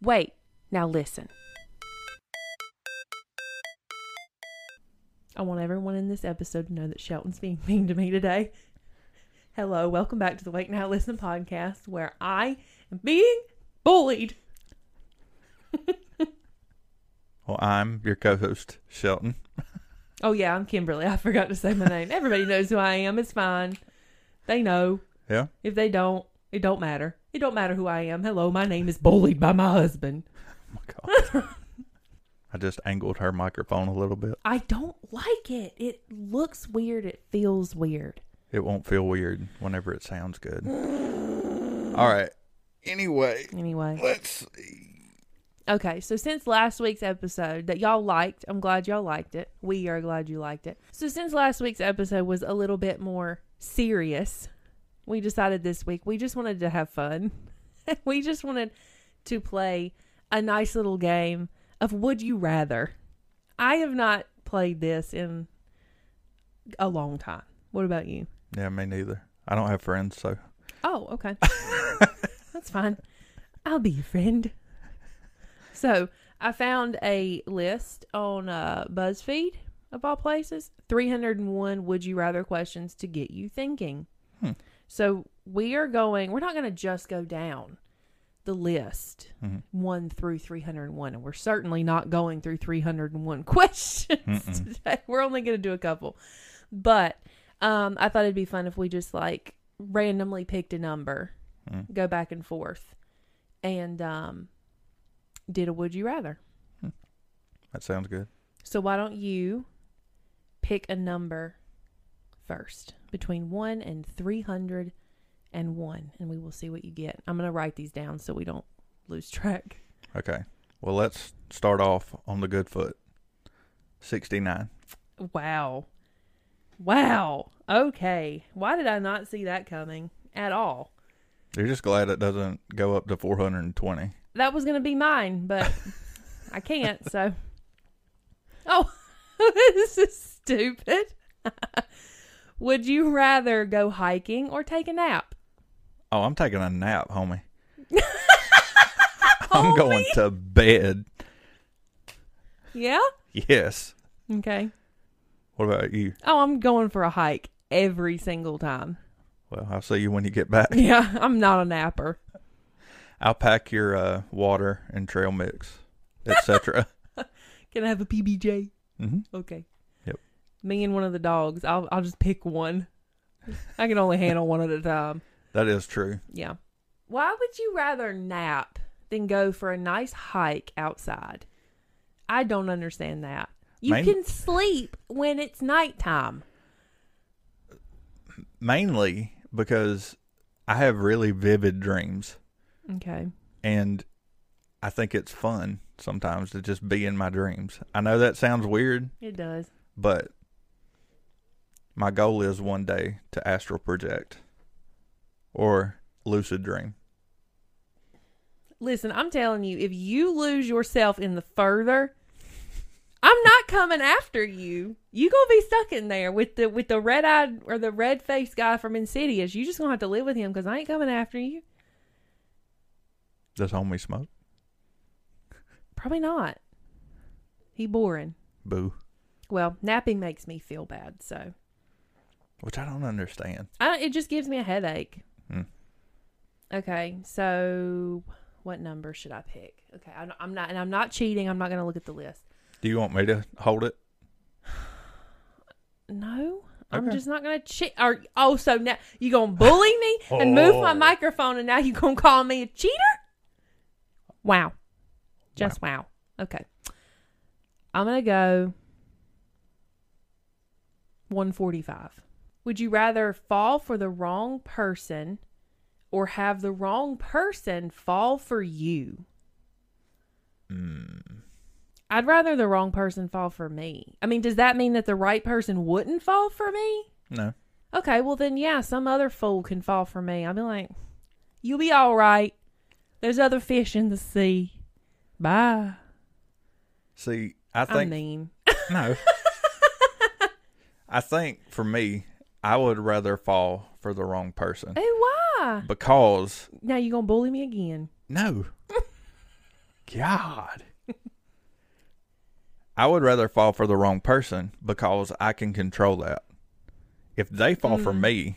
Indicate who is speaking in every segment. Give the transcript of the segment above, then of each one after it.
Speaker 1: Wait, now listen. I want everyone in this episode to know that Shelton's being mean to me today. Hello, welcome back to the Wake Now Listen podcast where I am being bullied.
Speaker 2: Well, I'm your co host, Shelton.
Speaker 1: Oh, yeah, I'm Kimberly. I forgot to say my name. Everybody knows who I am. It's fine. They know.
Speaker 2: Yeah.
Speaker 1: If they don't, it don't matter. It don't matter who I am. Hello, my name is bullied by my husband.
Speaker 2: Oh my God. I just angled her microphone a little bit.
Speaker 1: I don't like it. It looks weird. It feels weird.
Speaker 2: It won't feel weird whenever it sounds good. All right. Anyway,
Speaker 1: Anyway.
Speaker 2: let's see.
Speaker 1: Okay, so since last week's episode that y'all liked, I'm glad y'all liked it. We are glad you liked it. So since last week's episode was a little bit more serious, we decided this week we just wanted to have fun. we just wanted to play a nice little game of would you rather. I have not played this in a long time. What about you?
Speaker 2: Yeah, me neither. I don't have friends, so
Speaker 1: Oh, okay. That's fine. I'll be your friend. So I found a list on uh, BuzzFeed of all places 301 would you rather questions to get you thinking.
Speaker 2: Hmm.
Speaker 1: So we are going, we're not going to just go down the list
Speaker 2: Mhm.
Speaker 1: 1 through 301. And we're certainly not going through 301 questions
Speaker 2: Mm-mm.
Speaker 1: today. We're only going to do a couple. But um, I thought it'd be fun if we just like randomly picked a number,
Speaker 2: Mm.
Speaker 1: go back and forth, and um, did a would you rather.
Speaker 2: that sounds good.
Speaker 1: So why don't you pick a number first between 1 and 301 and we will see what you get. I'm going to write these down so we don't lose track.
Speaker 2: Okay. Well, let's start off on the good foot 69.
Speaker 1: Wow. Wow. Okay. Why did I not see that coming at all?
Speaker 2: You're just glad it doesn't go up to 420.
Speaker 1: that was gonna be mine, but I can't. So, oh, this is stupid. Would you rather go hiking or take a nap?
Speaker 2: Oh, I'm taking a nap, homie. I'm
Speaker 1: Homie?
Speaker 2: going to bed.
Speaker 1: Yeah.
Speaker 2: Yes.
Speaker 1: Okay.
Speaker 2: What about you?
Speaker 1: Oh, I'm going for a hike every single time.
Speaker 2: Well, I'll see you when you get back.
Speaker 1: Yeah, I'm not a napper.
Speaker 2: I'll pack your uh, water and trail mix, etc.
Speaker 1: Can I have a PBJ?
Speaker 2: mm-hmm.
Speaker 1: Okay.
Speaker 2: Yep.
Speaker 1: Me and one of the dogs. I'll I'll just pick one. I can only handle one at a time.
Speaker 2: That is true.
Speaker 1: Yeah. Why would you rather nap than go for a nice hike outside? I don't understand that. You
Speaker 2: Main-
Speaker 1: can sleep when it's nighttime.
Speaker 2: Mainly because I have really vivid dreams,
Speaker 1: Okay.
Speaker 2: and I think it's fun sometimes to just be in my dreams. I know that sounds weird,
Speaker 1: It does.
Speaker 2: but my goal is one day to astral project or lucid dream.
Speaker 1: Listen, I'm telling you, if you lose yourself in the further, I'm not coming after you. You gonna be stuck in there with the with the red eyed or the red faced guy from Insidious. You just gonna have to live with him because I ain't coming after you.
Speaker 2: Does homie smoke?
Speaker 1: Probably not. He boring.
Speaker 2: Boo.
Speaker 1: Well, napping makes me feel bad, so
Speaker 2: Which I don't understand.
Speaker 1: I don't, it just gives me a headache.
Speaker 2: Hmm.
Speaker 1: Okay, so what number should I pick? Okay, I'm, I'm not, and I'm not cheating. I'm not going to look at the list.
Speaker 2: Do you want me to hold it?
Speaker 1: No, I'm
Speaker 2: Okay.
Speaker 1: just not going to cheat. Or oh, so now you going to bully me and move my
Speaker 2: Oh.
Speaker 1: microphone, and now you going to call me a cheater? Wow, just wow. Okay, I'm going to go 145. Would you rather fall for the wrong person or have the wrong person fall for you?
Speaker 2: Mm.
Speaker 1: I'd rather the wrong person fall for me. I mean, does that mean that the right person wouldn't fall for me?
Speaker 2: No.
Speaker 1: Okay, well then yeah, some other fool can fall for me. I'll be like, You'll be all right. There's other fish in the sea. Bye.
Speaker 2: See, I
Speaker 1: I,
Speaker 2: think
Speaker 1: mean
Speaker 2: no. I think for me, I would rather fall for the wrong person
Speaker 1: Hey, why?
Speaker 2: because
Speaker 1: Now you gonna bully me again.
Speaker 2: no, God. I would rather fall for the wrong person because I can control that. If they fall for
Speaker 1: Mm.
Speaker 2: me,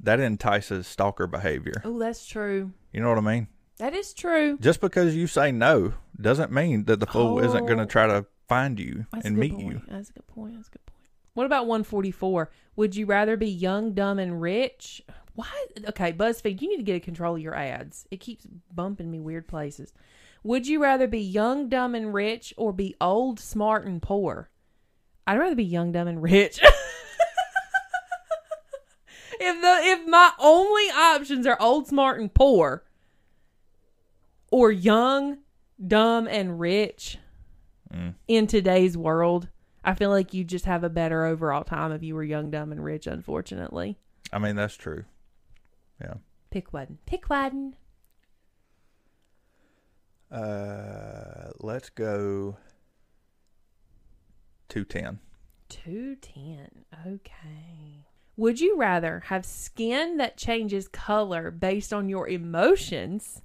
Speaker 2: that entices stalker behavior.
Speaker 1: Oh, that's true.
Speaker 2: You know what I mean?
Speaker 1: That is true.
Speaker 2: Just because you say no doesn't mean that the fool isn't going
Speaker 1: Oh.
Speaker 2: to try to find you
Speaker 1: That's
Speaker 2: and
Speaker 1: a good
Speaker 2: meet
Speaker 1: point.
Speaker 2: you.
Speaker 1: That's a good point. That's a good point. What about 144? Would you rather be young, dumb, and rich? Why? Okay, BuzzFeed, you need to get a control of your ads. It keeps bumping me weird places. Would you rather be young, dumb, and rich or be old, smart, and poor? I'd rather be young, dumb, and rich. if the if my only options are old, smart, and poor, or young, dumb, and rich, in today's world, I feel like you just have a better overall time if you were young, dumb, and rich, unfortunately.
Speaker 2: I mean, that's true. Yeah.
Speaker 1: Pick one. Pick one.
Speaker 2: Uh, let's go 210.
Speaker 1: 210. Okay. Would you rather have skin that changes color based on your emotions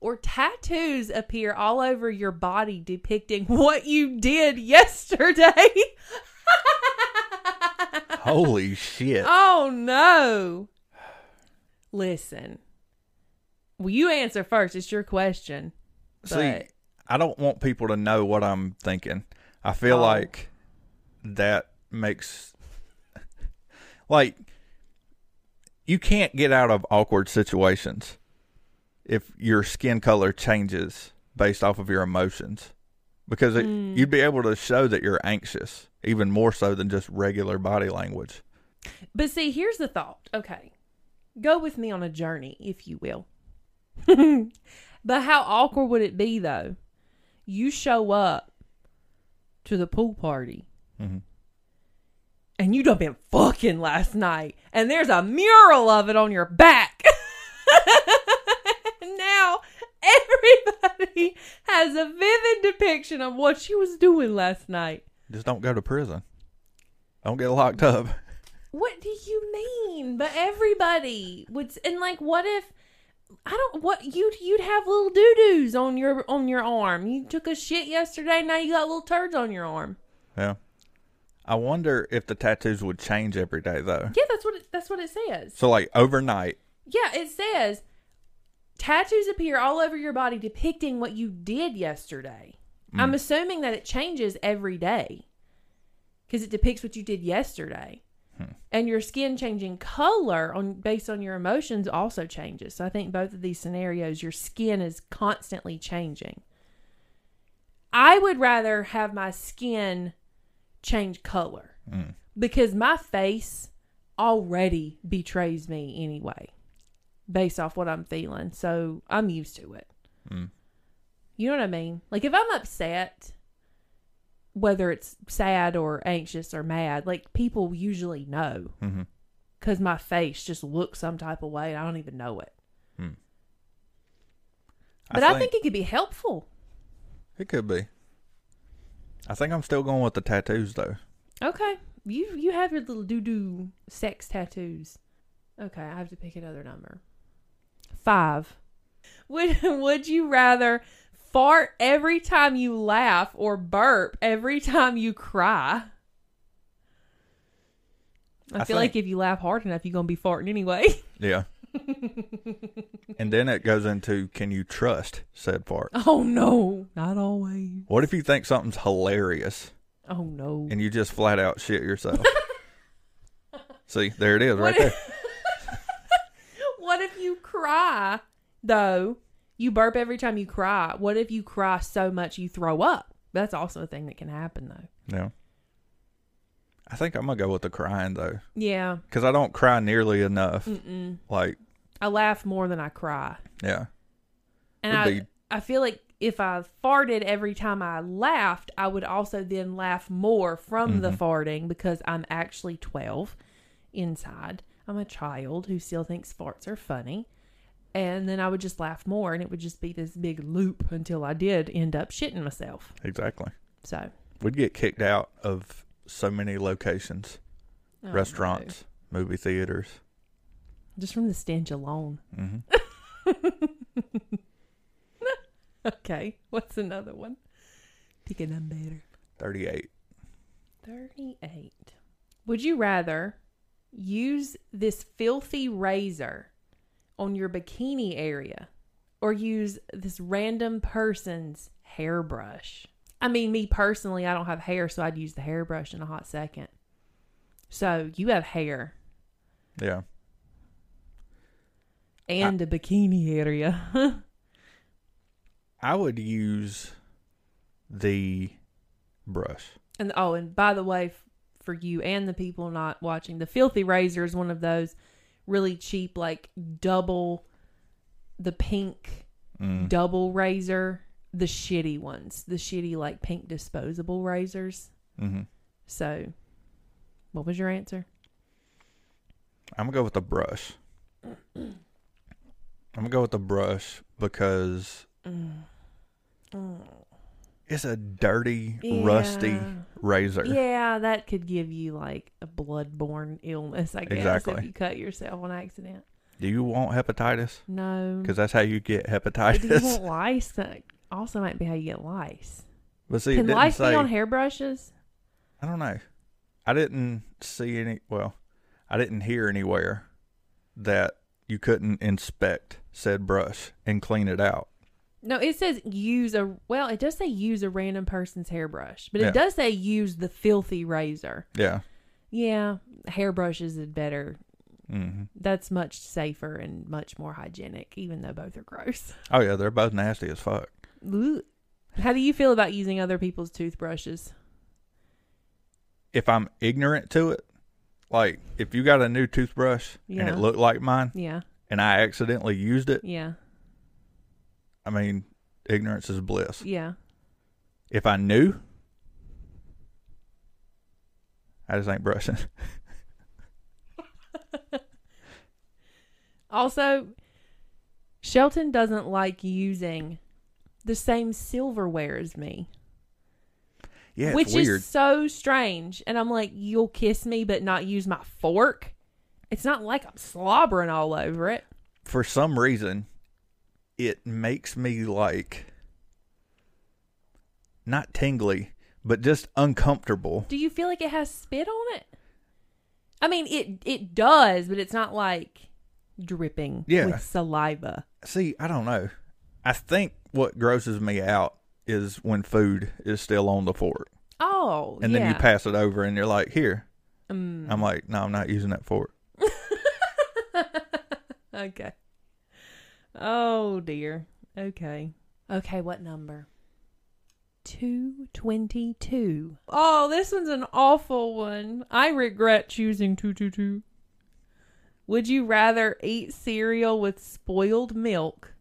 Speaker 1: or tattoos appear all over your body depicting what you did yesterday?
Speaker 2: Holy shit.
Speaker 1: Oh no. Listen. Well, you answer first. It's your question.
Speaker 2: See,
Speaker 1: but-
Speaker 2: I don't want people to know what I'm thinking. I feel
Speaker 1: Oh.
Speaker 2: like that makes like you can't get out of awkward situations if your skin color changes based off of your emotions because it, you'd be able to show that you're anxious even more so than just regular body language.
Speaker 1: But see, here's the thought. Okay. Go with me on a journey, if you will. but how awkward would it be, though? You show up to the pool party
Speaker 2: Mhm.
Speaker 1: and you done been fucking last night, and there's a mural of it on your back. now everybody has a vivid depiction of what she was doing last night.
Speaker 2: Just don't go to prison. Don't get locked up.
Speaker 1: What do you mean? But everybody would, and like, what if? I don't. What you'd you'd have little doo doos on your on your arm. You took a shit yesterday. Now you got little turds on your arm.
Speaker 2: Yeah. I wonder if the tattoos would change every day though.
Speaker 1: Yeah, that's what it, that's what it says.
Speaker 2: So like overnight,
Speaker 1: Yeah, it says tattoos appear all over your body depicting what you did yesterday. I'm assuming that it changes every day because it depicts what you did yesterday. And your skin changing color on based on your emotions also changes. So I think both of these scenarios, your skin is constantly changing. I would rather have my skin change color because my face already betrays me anyway based off what I'm feeling. So I'm used to it.
Speaker 2: Mm,
Speaker 1: You know what I mean? Like if I'm upset, whether it's sad or anxious or mad, like people usually know
Speaker 2: Mhm.
Speaker 1: because my face just looks some type of way and I don't even know it.
Speaker 2: mm.
Speaker 1: But I think, it could be helpful.
Speaker 2: it could be. I think I'm still going with the tattoos though.
Speaker 1: Okay. You you have your little doo doo sex tattoos. Okay, I have to pick another number. Five. Would would you rather fart every time you laugh or burp every time you cry? I,
Speaker 2: I
Speaker 1: feel like if you laugh hard enough, you're gonna be farting anyway.
Speaker 2: Yeah. and then it goes into can you trust said fart?
Speaker 1: oh no, not always.
Speaker 2: What if you think something's hilarious
Speaker 1: Oh no.
Speaker 2: and you just flat out shit yourself? See, there it is
Speaker 1: What
Speaker 2: right there.
Speaker 1: What if you cry though? You burp every time you cry. What if you cry so much you throw up? That's also a thing that can happen though.
Speaker 2: Yeah. I think I'm gonna go with the crying though,
Speaker 1: Yeah.
Speaker 2: because I don't cry nearly enough.
Speaker 1: Mm.
Speaker 2: Like,
Speaker 1: I laugh more than I cry.
Speaker 2: yeah,
Speaker 1: And
Speaker 2: Would
Speaker 1: I
Speaker 2: be-
Speaker 1: I feel like if I farted every time I laughed, I would also then laugh more from the farting because I'm actually 12 inside. I'm a child who still thinks farts are funny. And then I would just laugh more and it would just be this big loop until I did end up shitting myself.
Speaker 2: exactly.
Speaker 1: So,
Speaker 2: We'd get kicked out of so many locations,
Speaker 1: Oh, no.
Speaker 2: restaurants, movie theaters. Mm-hmm.
Speaker 1: just from the stench alone. Okay. What's another one? Pick a number.
Speaker 2: 38.
Speaker 1: 38. Would you rather use this filthy razor on your bikini area or use this random person's hairbrush? I mean, me personally, I don't have hair, so I'd use the hairbrush in a hot second. So you have hair
Speaker 2: Yeah.
Speaker 1: and a bikini area.
Speaker 2: I would use the brush.
Speaker 1: and oh, and by the way, f- for you and the people not watching, the filthy razor is one of those really cheap, like double the pink
Speaker 2: Mm.
Speaker 1: double razor, the shitty ones, the shitty like pink disposable razors.
Speaker 2: hmm
Speaker 1: So, what was your answer?
Speaker 2: I'm gonna go with the brush. I'm gonna go with the brush because it's a dirty, rusty
Speaker 1: Mm. Yeah.
Speaker 2: razor.
Speaker 1: Yeah, that could give you like a bloodborne illness, I guess, if
Speaker 2: Exactly.
Speaker 1: you cut yourself on accident.
Speaker 2: Do you want hepatitis?
Speaker 1: No,
Speaker 2: Because that's how you get
Speaker 1: do you
Speaker 2: hepatitis.
Speaker 1: want lice? That also might be how you get lice.
Speaker 2: but see, it
Speaker 1: Can
Speaker 2: didn't
Speaker 1: lice
Speaker 2: say.
Speaker 1: be on hairbrushes?
Speaker 2: I don't know. I didn't see any. Well, I didn't hear anywhere that you couldn't inspect said brush and clean it out.
Speaker 1: No, it says use a well. It does say use a random person's hairbrush, but
Speaker 2: Yeah.
Speaker 1: it does say use the filthy razor.
Speaker 2: Yeah.
Speaker 1: Yeah, hairbrushes is better
Speaker 2: hmm
Speaker 1: that's much safer and much more hygienic, even though both are gross.
Speaker 2: Oh yeah, they're both nasty as fuck.
Speaker 1: Ugh. How do you feel about using other people's toothbrushes?
Speaker 2: If I'm ignorant to it, like if you got a new toothbrush and
Speaker 1: Yeah.
Speaker 2: it looked like mine
Speaker 1: Yeah,
Speaker 2: and I accidentally used it,
Speaker 1: yeah,
Speaker 2: I mean, ignorance is bliss.
Speaker 1: yeah.
Speaker 2: If I knew, I just ain't brushing.
Speaker 1: Also, Shelton doesn't like using the same silverware as me,
Speaker 2: Yeah, it's
Speaker 1: which
Speaker 2: weird.
Speaker 1: is so strange. And I'm like, you'll kiss me, but not use my fork. It's not like I'm slobbering all over it.
Speaker 2: for some reason, it makes me like not tingly, but just uncomfortable.
Speaker 1: Do you feel like it has spit on it? I mean, it it does, but it's not like dripping
Speaker 2: Yeah.
Speaker 1: with saliva.
Speaker 2: See, I don't know. I think what grosses me out is when food is still on the fork,
Speaker 1: Oh,
Speaker 2: and
Speaker 1: yeah.
Speaker 2: then you pass it over, and you're like, "Here."
Speaker 1: Mm,
Speaker 2: I'm like, "No, I'm not using that fork."
Speaker 1: okay. Oh dear. Okay. Okay. What number? Two twenty-two. Oh, this one's an awful one. I regret choosing two two two. Would you rather eat cereal with spoiled milk,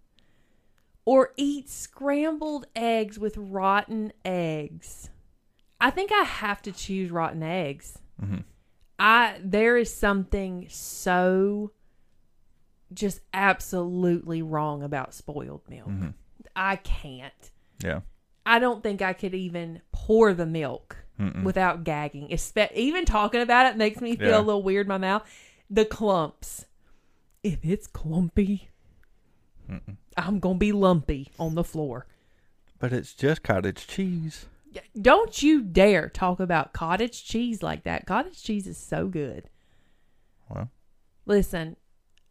Speaker 1: or eat scrambled eggs with rotten eggs? I think I have to choose rotten eggs.
Speaker 2: Mhm.
Speaker 1: I there is something so just absolutely wrong about spoiled milk.
Speaker 2: Mhm.
Speaker 1: I can't.
Speaker 2: Yeah.
Speaker 1: I don't think I could even pour the milk
Speaker 2: Mm-mm.
Speaker 1: without gagging. Espe- even talking about it makes me feel
Speaker 2: Yeah.
Speaker 1: a little weird in my mouth. The clumps. If it's clumpy,
Speaker 2: Mm-mm.
Speaker 1: I'm going to be lumpy on the floor.
Speaker 2: But it's just cottage cheese.
Speaker 1: Don't you dare talk about cottage cheese like that. Cottage cheese is so good.
Speaker 2: Well,
Speaker 1: Listen,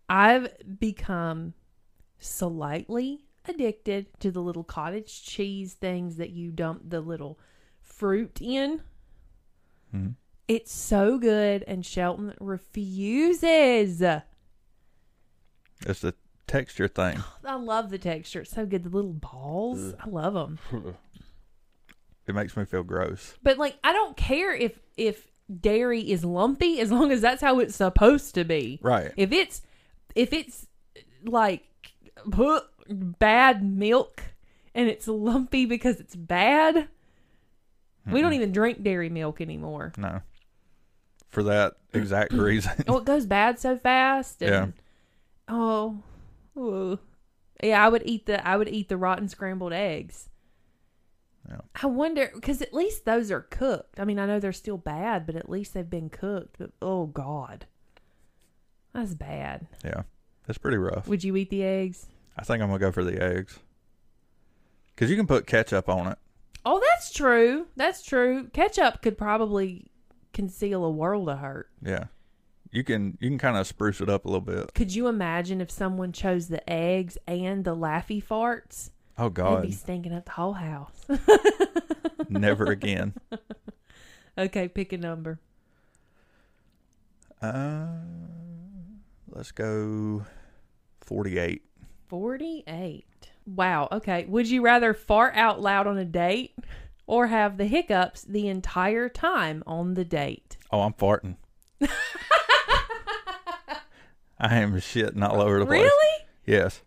Speaker 1: I've become slightly addicted to the little cottage cheese things that you dump the little fruit in.
Speaker 2: Mhm.
Speaker 1: It's so good, and Shelton refuses. I
Speaker 2: it's the texture thing.
Speaker 1: love the texture. It's so good. The little balls, I love them.
Speaker 2: it makes me feel gross.
Speaker 1: But like, I don't care if if dairy is lumpy as long as that's how it's supposed to be.
Speaker 2: Right.
Speaker 1: If it's if it's like pu- bad milk and it's lumpy because it's bad, we don't even drink dairy milk anymore.
Speaker 2: No. For that exact reason.
Speaker 1: Oh, it goes bad so fast. And,
Speaker 2: Yeah.
Speaker 1: Oh. Ooh. Yeah, I would eat the I would eat the rotten scrambled eggs.
Speaker 2: Yeah.
Speaker 1: I wonder because at least those are cooked. I mean, I know they're still bad, but at least they've been cooked. But oh god, that's bad.
Speaker 2: Yeah. That's pretty rough.
Speaker 1: Would you eat the eggs?
Speaker 2: I think I'm going to go for the eggs. because you can put ketchup on it.
Speaker 1: Oh, that's true. That's true. Ketchup could probably conceal a world of hurt.
Speaker 2: Yeah, you can you can kind of spruce it up a little bit.
Speaker 1: Could you imagine if someone chose the eggs and the laffy farts?
Speaker 2: Oh
Speaker 1: They'd be
Speaker 2: God,
Speaker 1: stinking up the whole house.
Speaker 2: never again.
Speaker 1: okay, pick a number.
Speaker 2: Uh, let's go forty-eight.
Speaker 1: 48. Wow. Okay. Would you rather fart out loud on a date or have the hiccups the entire time on the date?
Speaker 2: Oh, I'm farting. I am shitting all over the place.
Speaker 1: Really?
Speaker 2: Yes.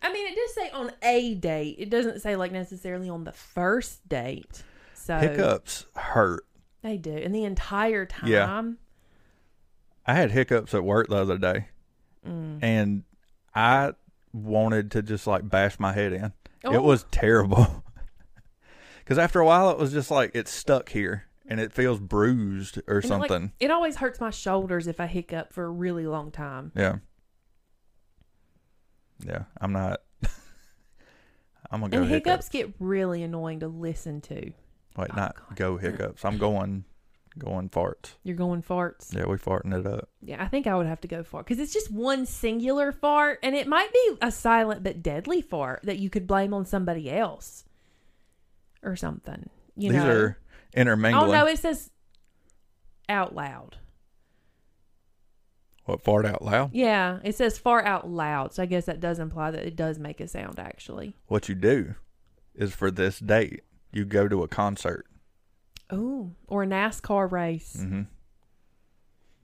Speaker 1: I mean, it does say on a date. It doesn't say like necessarily on the first date. So
Speaker 2: Hiccups hurt.
Speaker 1: they do. And the entire time.
Speaker 2: Yeah. I had hiccups at work the other day,
Speaker 1: Mm.
Speaker 2: and I wanted to just like bash my head in.
Speaker 1: Oh.
Speaker 2: It was terrible. Because after a while, it was just like it's stuck here and it feels bruised or
Speaker 1: And it, like,
Speaker 2: something.
Speaker 1: it always hurts my shoulders if I hiccup for a really long time.
Speaker 2: yeah. Yeah. I'm not. I'm going to go
Speaker 1: and hiccups
Speaker 2: hiccups.
Speaker 1: get really annoying to listen to.
Speaker 2: Wait,
Speaker 1: Oh,
Speaker 2: not
Speaker 1: God.
Speaker 2: go hiccups. I'm going, going farts.
Speaker 1: You're going farts.
Speaker 2: Yeah, we farting it up.
Speaker 1: Yeah, I think I would have to go fart because it's just one singular fart, and it might be a silent but deadly fart that you could blame on somebody else or something. You
Speaker 2: These
Speaker 1: know,
Speaker 2: are
Speaker 1: oh
Speaker 2: intermingling.
Speaker 1: no, it says out loud.
Speaker 2: what fart out loud?
Speaker 1: Yeah, it says fart out loud, so I guess that does imply that it does make a sound actually.
Speaker 2: What you do is for this date, you go to a concert.
Speaker 1: Oh, or a NASCAR race.
Speaker 2: Mm-hmm.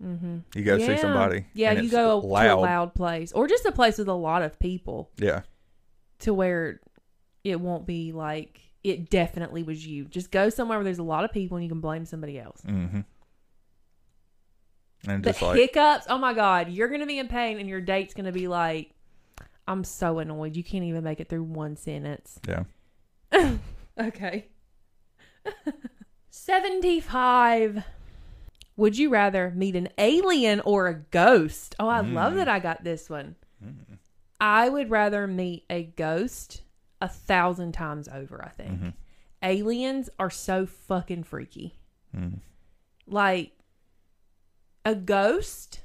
Speaker 1: Mm-hmm.
Speaker 2: Mm. You go see somebody.
Speaker 1: Yeah,
Speaker 2: and
Speaker 1: you
Speaker 2: it's
Speaker 1: go to a loud place or just a place with a lot of people.
Speaker 2: Yeah,
Speaker 1: to where it won't be like it definitely was you. Just go somewhere where there's a lot of people and you can blame somebody else.
Speaker 2: mm-hmm. And
Speaker 1: But
Speaker 2: just like
Speaker 1: hiccups, oh my god, you're gonna be in pain and your date's gonna be like, I'm so annoyed. You can't even make it through one sentence.
Speaker 2: yeah,
Speaker 1: Okay. 75. Would you rather meet an alien or a ghost? Oh, I love that I got this one. I would rather meet a ghost a thousand times over, I think.
Speaker 2: Mm-hmm.
Speaker 1: Aliens are so fucking freaky.
Speaker 2: Mhm.
Speaker 1: Like, a ghost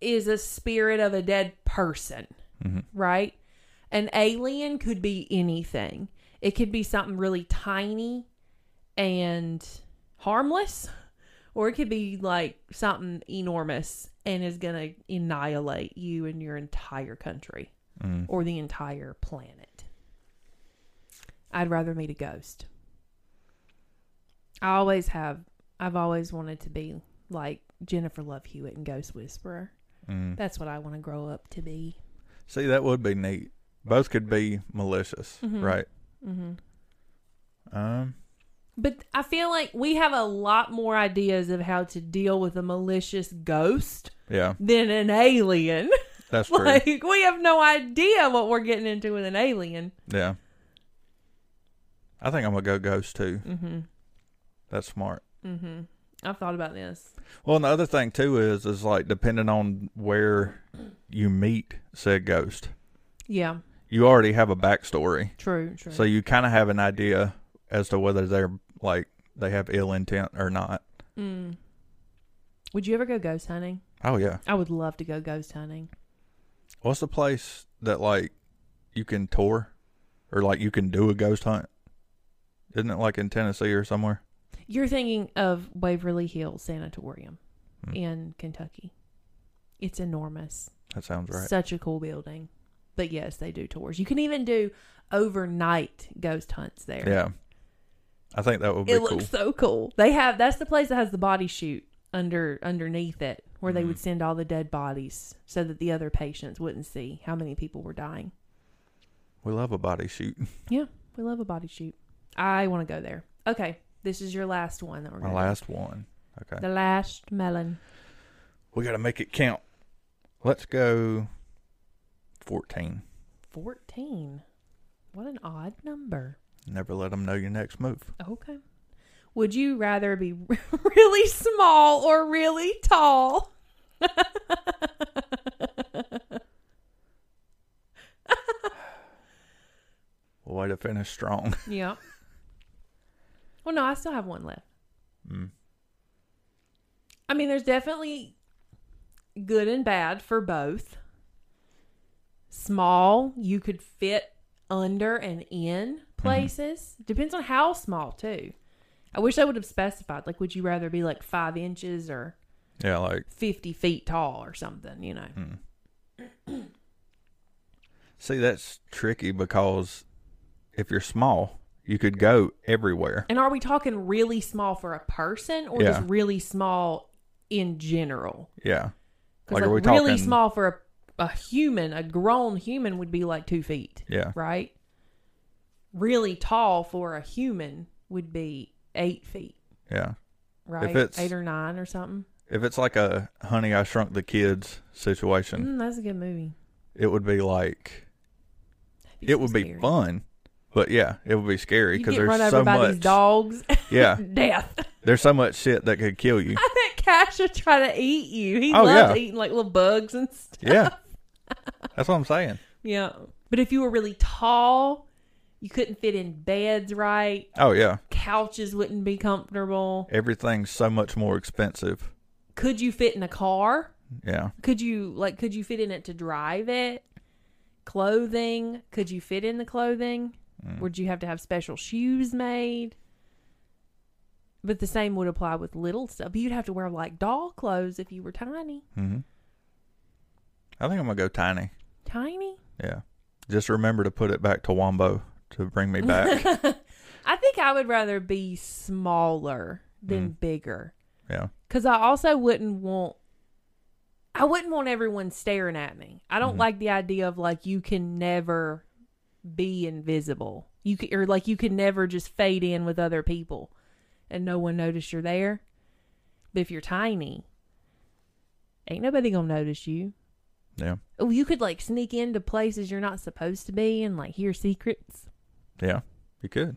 Speaker 1: is a spirit of a dead person,
Speaker 2: Mhm.
Speaker 1: right? An alien could be anything. It could be something really tiny and harmless, or it could be like something enormous and is going to annihilate you and your entire country
Speaker 2: Mm.
Speaker 1: or the entire planet. I'd rather meet a ghost. I always have. I've always wanted to be like Jennifer Love Hewitt and Ghost Whisperer.
Speaker 2: mm.
Speaker 1: That's what I want to grow up to be.
Speaker 2: see that would be neat. Both could be malicious,
Speaker 1: Mhm.
Speaker 2: right?
Speaker 1: Mm-hmm.
Speaker 2: Um,
Speaker 1: But I feel like we have a lot more ideas of how to deal with a malicious ghost
Speaker 2: yeah,
Speaker 1: than an alien.
Speaker 2: that's true.
Speaker 1: like we have no idea what we're getting into with an alien.
Speaker 2: yeah, I think I'm gonna go ghost too.
Speaker 1: Mhm.
Speaker 2: That's smart.
Speaker 1: Mhm. I've thought about this.
Speaker 2: Well, and the other thing too is is like depending on where you meet said ghost,
Speaker 1: Yeah.
Speaker 2: you already have a backstory,
Speaker 1: True. True.
Speaker 2: so you kind of have an idea as to whether they're like they have ill intent or not.
Speaker 1: mm. Would you ever go ghost hunting?
Speaker 2: Oh yeah,
Speaker 1: I would love to go ghost hunting.
Speaker 2: what's the place that like you can tour or like you can do a ghost hunt? Isn't it like in Tennessee or somewhere?
Speaker 1: You're thinking of Waverly Hills Sanatorium
Speaker 2: Hmm.
Speaker 1: in Kentucky. It's enormous.
Speaker 2: That sounds right.
Speaker 1: Such a cool building. But yes, they do tours. You can even do overnight ghost hunts there.
Speaker 2: Yeah, I think that would be
Speaker 1: it
Speaker 2: cool.
Speaker 1: looks so cool. They have that's the place that has the body chute under underneath it where they
Speaker 2: Mm-hmm.
Speaker 1: would send all the dead bodies so that the other patients wouldn't see how many people were dying.
Speaker 2: we love a body shoot.
Speaker 1: Yeah, we love a body chute. I want to go there. Okay, this is your last one that we're
Speaker 2: My
Speaker 1: gonna
Speaker 2: last one. Okay.
Speaker 1: do. the last melon.
Speaker 2: We got to make it count. Let's go 14.
Speaker 1: 14. What an odd number.
Speaker 2: Never let them know your next move.
Speaker 1: Okay. Would you rather be really small or really tall?
Speaker 2: Way to finish strong.
Speaker 1: Yeah. Well, no, I still have one left. Hmm.
Speaker 2: Mm.
Speaker 1: I mean, there's definitely good and bad for both. Small, you could fit under and in places. Depends on how small, too. I wish I would have specified. Like, would you rather be like five inches or
Speaker 2: Yeah, like
Speaker 1: 50 feet tall or something, you know?
Speaker 2: see, that's tricky because if you're small, you could go everywhere.
Speaker 1: And are we talking really small for a person or
Speaker 2: Yeah.
Speaker 1: just really small in general?
Speaker 2: Yeah,
Speaker 1: 'Cause,
Speaker 2: Like,
Speaker 1: like,
Speaker 2: are we
Speaker 1: really
Speaker 2: talking-
Speaker 1: small for a, a human, a grown human would be like two feet,
Speaker 2: yeah,
Speaker 1: right? Really tall for a human would be eight feet,
Speaker 2: yeah.
Speaker 1: right?
Speaker 2: it's-
Speaker 1: eight or nine or something.
Speaker 2: If it's like a Honey I Shrunk the Kids situation,
Speaker 1: Mm, that's a good movie.
Speaker 2: it would be like
Speaker 1: That'd
Speaker 2: it
Speaker 1: so
Speaker 2: would be
Speaker 1: Mm-hmm. scary.
Speaker 2: fun, but yeah, it would be scary
Speaker 1: You
Speaker 2: because
Speaker 1: get run
Speaker 2: there's
Speaker 1: over
Speaker 2: so
Speaker 1: by
Speaker 2: much.
Speaker 1: these dogs.
Speaker 2: Yeah,
Speaker 1: Death.
Speaker 2: there's so much shit that could kill you.
Speaker 1: I think Cash would try to eat you. He
Speaker 2: Oh,
Speaker 1: loves
Speaker 2: yeah.
Speaker 1: eating like little bugs and stuff.
Speaker 2: Yeah, that's what I'm saying.
Speaker 1: Yeah. But if you were really tall, you couldn't fit in beds right.
Speaker 2: Oh yeah,
Speaker 1: Couches wouldn't be comfortable.
Speaker 2: everything's so much more expensive.
Speaker 1: Could you fit in a car?
Speaker 2: Yeah,
Speaker 1: Could you like could you fit in it to drive it? Clothing? Could you fit in the clothing?
Speaker 2: Mm-hmm. Hmm.
Speaker 1: Would you have to have special shoes made? But the same would apply with little stuff. You'd have to wear like doll clothes if you were tiny.
Speaker 2: hmm I think I'm gonna go tiny.
Speaker 1: Tiny?
Speaker 2: Yeah, just remember to put it back to Wombo to bring me back.
Speaker 1: I think I would rather be smaller than bigger.
Speaker 2: yeah,
Speaker 1: because I also wouldn't want. I wouldn't want everyone staring at me. I don't like the idea of like you can never be invisible. You c or like you can never just fade in with other people, and no one notice you're there. But if you're tiny, ain't nobody gonna notice you.
Speaker 2: yeah,
Speaker 1: Oh, you could like sneak into places you're not supposed to be and like hear secrets.
Speaker 2: yeah. You could.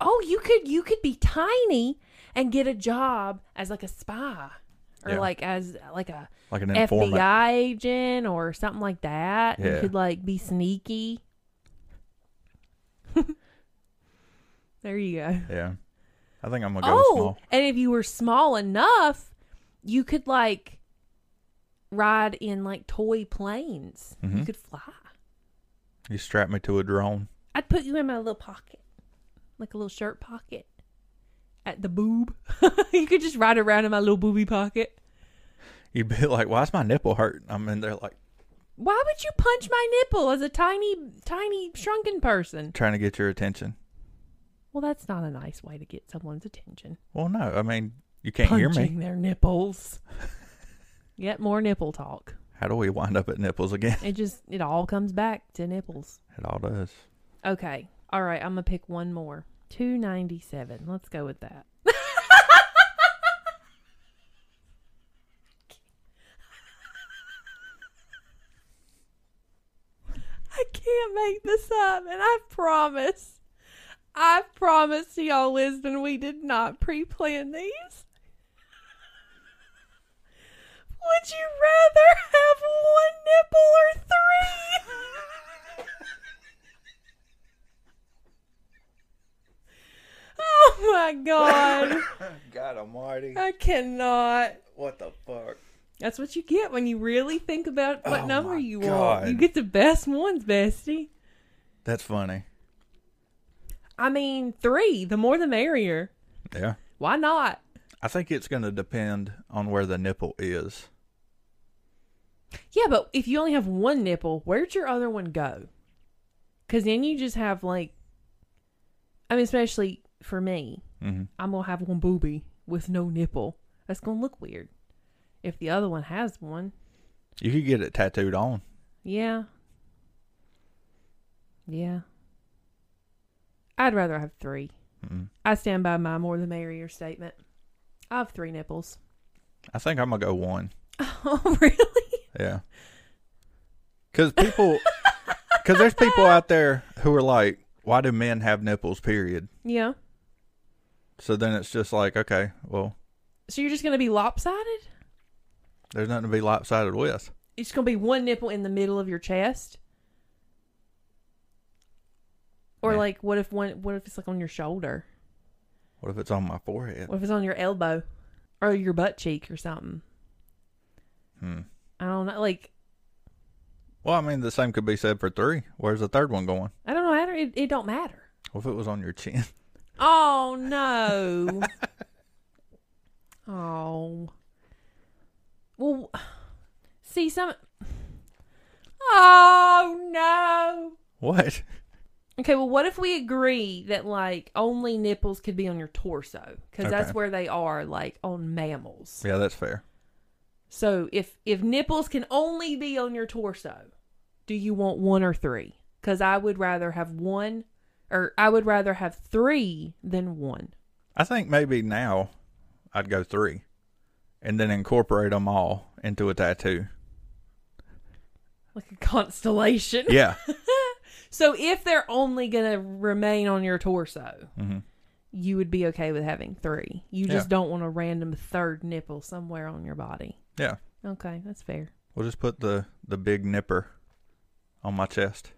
Speaker 1: oh you could you could be tiny and get a job as like a spy or
Speaker 2: Yeah.
Speaker 1: like as like a
Speaker 2: Like an informant.
Speaker 1: fbi agent or something like that you
Speaker 2: Yeah.
Speaker 1: could like be sneaky there you go
Speaker 2: Yeah. I think I'm gonna go
Speaker 1: oh
Speaker 2: small.
Speaker 1: and if you were small enough you could like ride in like toy planes you
Speaker 2: Mhm.
Speaker 1: could fly
Speaker 2: You strap me to a drone.
Speaker 1: i'd put you in my little pocket like a little shirt pocket at the boob you could just ride around in my little booby pocket
Speaker 2: You'd be like, "Why's my nipple hurt?" I'm in there like
Speaker 1: Why would you punch my nipple as a tiny, tiny, shrunken person?
Speaker 2: trying to get your attention.
Speaker 1: Well, that's not a nice way to get someone's attention.
Speaker 2: Well, no, I mean you can't
Speaker 1: Punching
Speaker 2: hear me.
Speaker 1: their nipples. Yet more nipple talk.
Speaker 2: How do we wind up at nipples again?
Speaker 1: It just, it all comes back to nipples.
Speaker 2: It all does.
Speaker 1: Okay. All right. I'm going to pick one more. 297. Let's go with that. I can't make this up. And I promise, I promise to y'all listening, we did not pre plan these. Would you rather have one nipple or three? oh my god.
Speaker 2: God Almighty!
Speaker 1: I cannot.
Speaker 2: What the fuck?
Speaker 1: That's what you get when you really think about what
Speaker 2: Oh
Speaker 1: number
Speaker 2: my
Speaker 1: you want.
Speaker 2: God.
Speaker 1: You get the best ones, bestie.
Speaker 2: That's funny.
Speaker 1: I mean, three. The more the merrier.
Speaker 2: Yeah.
Speaker 1: Why not?
Speaker 2: I think it's going to depend on where the nipple is.
Speaker 1: Yeah, but if you only have one nipple, where'd your other one go? Because then you just have like, I mean, especially for me,
Speaker 2: Mm-hmm.
Speaker 1: I'm gonna have one booby with no nipple. That's gonna look weird. If the other one has one,
Speaker 2: You could get it tattooed on.
Speaker 1: yeah, yeah. I'd rather have three.
Speaker 2: Mm.
Speaker 1: I stand by my more the merrier statement. I have three nipples.
Speaker 2: I think I'm gonna go one.
Speaker 1: Oh, really?
Speaker 2: Yeah. Because people, because there's people out there who are like, why do men have nipples, period?
Speaker 1: Yeah.
Speaker 2: So then it's just like, okay, well,
Speaker 1: So you're just gonna be lopsided?
Speaker 2: there's nothing to be lopsided with.
Speaker 1: it's gonna be one nipple in the middle of your chest. Or
Speaker 2: Yeah.
Speaker 1: like, what if one? What if it's like on your shoulder?
Speaker 2: What if it's on my forehead?
Speaker 1: What if it's on your elbow, or your butt cheek, or something?
Speaker 2: Hmm.
Speaker 1: I don't know. Like,
Speaker 2: Well, I mean, the same could be said for three. Where's the third one going?
Speaker 1: I don't know. I don't, it, it don't matter.
Speaker 2: What if it was on your chin?
Speaker 1: Oh no. oh. Well, see some. Oh no.
Speaker 2: What?
Speaker 1: Okay, well, what if we agree that like only nipples could be on your torso because that's
Speaker 2: Okay.
Speaker 1: where they are, like on mammals.
Speaker 2: Yeah, that's fair.
Speaker 1: So if if nipples can only be on your torso, do you want one or three? Because I would rather have one, or I would rather have three than one.
Speaker 2: I think maybe now I'd go three and then incorporate them all into a tattoo.
Speaker 1: like a constellation.
Speaker 2: Yeah.
Speaker 1: So if they're only going to remain on your torso,
Speaker 2: hmm
Speaker 1: you would be okay with having three. You just
Speaker 2: Yeah.
Speaker 1: don't want a random third nipple somewhere on your body.
Speaker 2: Yeah.
Speaker 1: Okay, that's fair.
Speaker 2: We'll just put the, the big nipper on my chest.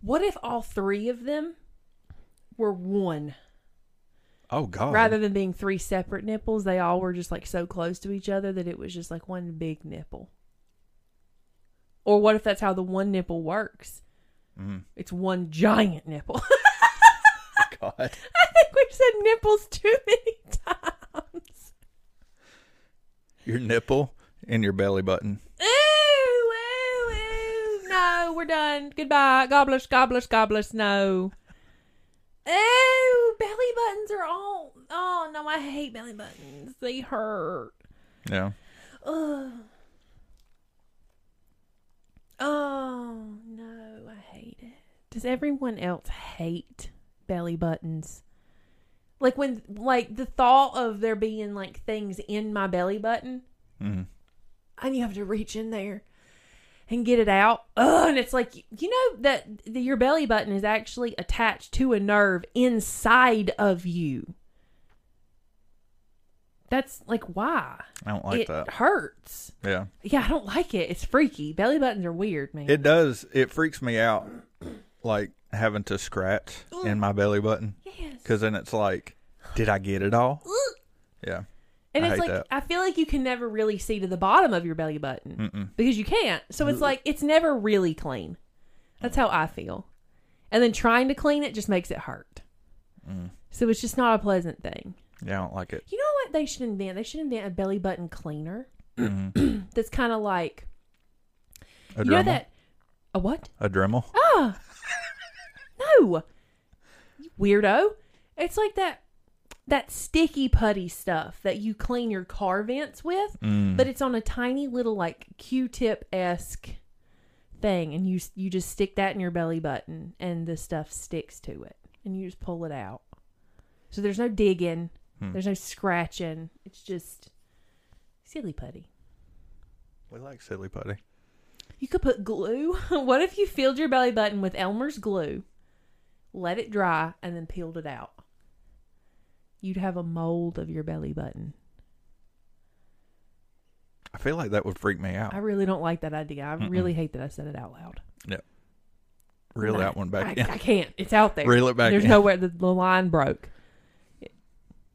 Speaker 1: What if all three of them were one?
Speaker 2: Oh, God.
Speaker 1: Rather than being three separate nipples, they all were just like so close to each other that it was just like one big nipple. Or what if that's how the one nipple works?
Speaker 2: Mm.
Speaker 1: It's one giant nipple.
Speaker 2: God.
Speaker 1: I think we've said nipples too many times.
Speaker 2: Your nipple and your belly button.
Speaker 1: Ooh, ooh, ooh. No, we're done. Goodbye. Gobblers, gobblers, gobblers. No. Ooh, belly buttons are all. Oh, no, I hate belly buttons. They hurt.
Speaker 2: Yeah.
Speaker 1: Ugh. Oh, no, I hate it. Does everyone else hate belly buttons? Like when like the thought of there being like things in my belly button
Speaker 2: Mm.
Speaker 1: and you have to reach in there and get it out. Ugh, and it's like you know that the, your belly button is actually attached to a nerve inside of you. That's like why
Speaker 2: I don't like
Speaker 1: it
Speaker 2: that.
Speaker 1: hurts.
Speaker 2: Yeah.
Speaker 1: Yeah, I don't like it. It's freaky. Belly buttons are weird, man.
Speaker 2: It does. It freaks me out, like having to scratch in my belly button,
Speaker 1: yes.
Speaker 2: because then it's like, did I get it all?
Speaker 1: Ugh.
Speaker 2: Yeah.
Speaker 1: And
Speaker 2: I
Speaker 1: it's
Speaker 2: hate
Speaker 1: like
Speaker 2: that. Mm.
Speaker 1: I feel like you can never really see to the bottom of your belly button
Speaker 2: Mm-mm.
Speaker 1: because you can't. So
Speaker 2: Mm.
Speaker 1: it's like it's never really clean. That's how I feel. And then trying to clean it just makes it hurt.
Speaker 2: Mm.
Speaker 1: So it's just not a pleasant thing.
Speaker 2: Yeah, I don't like it.
Speaker 1: You know what they should invent? They should invent a belly button cleaner that's kind of like
Speaker 2: Mm-hmm. A
Speaker 1: you know
Speaker 2: Dremel.
Speaker 1: that a what?
Speaker 2: A Dremel.
Speaker 1: Ah, no, You weirdo! It's like that that sticky putty stuff that you clean your car vents with,
Speaker 2: Mm.
Speaker 1: but it's on a tiny little like Q-tip esque thing, and you s- you just stick that in your belly button, and the stuff sticks to it, and you just pull it out. So there's no digging,
Speaker 2: Hmm.
Speaker 1: there's no scratching. It's just silly putty.
Speaker 2: We like silly putty.
Speaker 1: You could put glue. what if you filled your belly button with Elmer's glue, let it dry, and then peeled it out? You'd have a mold of your belly button.
Speaker 2: I feel like that would freak me out.
Speaker 1: I really don't like that idea. I
Speaker 2: Mm-mm.
Speaker 1: really hate that I said it out loud.
Speaker 2: Reel
Speaker 1: No,
Speaker 2: that one back
Speaker 1: I, I can't. It's out there.
Speaker 2: in. Reel it back
Speaker 1: There's
Speaker 2: in.
Speaker 1: nowhere. The, the line broke. It,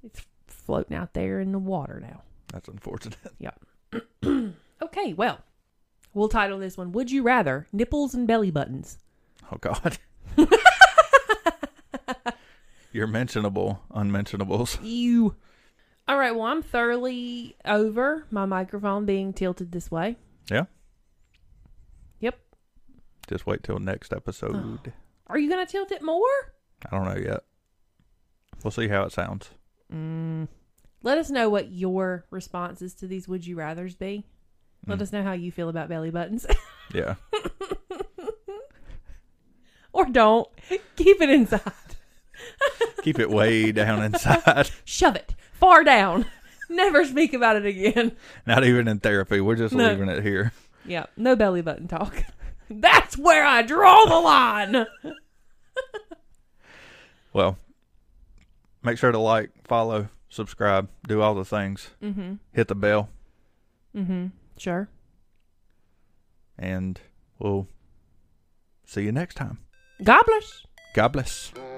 Speaker 1: it's floating out there in the water now.
Speaker 2: That's unfortunate.
Speaker 1: Okay, well, we'll title this one Would You Rather Nipples and Belly Buttons?
Speaker 2: Oh God. Your mentionable unmentionables.
Speaker 1: You. All right. Well, I'm thoroughly over my microphone being tilted this way.
Speaker 2: Yeah.
Speaker 1: Yep.
Speaker 2: Just wait till next episode.
Speaker 1: Are you gonna tilt it more?
Speaker 2: I don't know yet. We'll see how it sounds.
Speaker 1: Mm. Let us know what your responses to these would you rather's be. Let
Speaker 2: Mm.
Speaker 1: us know how you feel about belly buttons,
Speaker 2: Yeah.
Speaker 1: or don't. Keep it inside.
Speaker 2: Keep it way down inside.
Speaker 1: Shove it far down. Never speak about it again.
Speaker 2: Not even in therapy. We're just
Speaker 1: No.
Speaker 2: leaving it here.
Speaker 1: Yeah. No belly button talk. That's where I draw the line.
Speaker 2: Well, make sure to like, follow, subscribe, do all the things.
Speaker 1: Mm-hmm.
Speaker 2: Hit the bell,
Speaker 1: Mm-hmm. Sure.
Speaker 2: and we'll see you next time.
Speaker 1: God bless.
Speaker 2: God bless.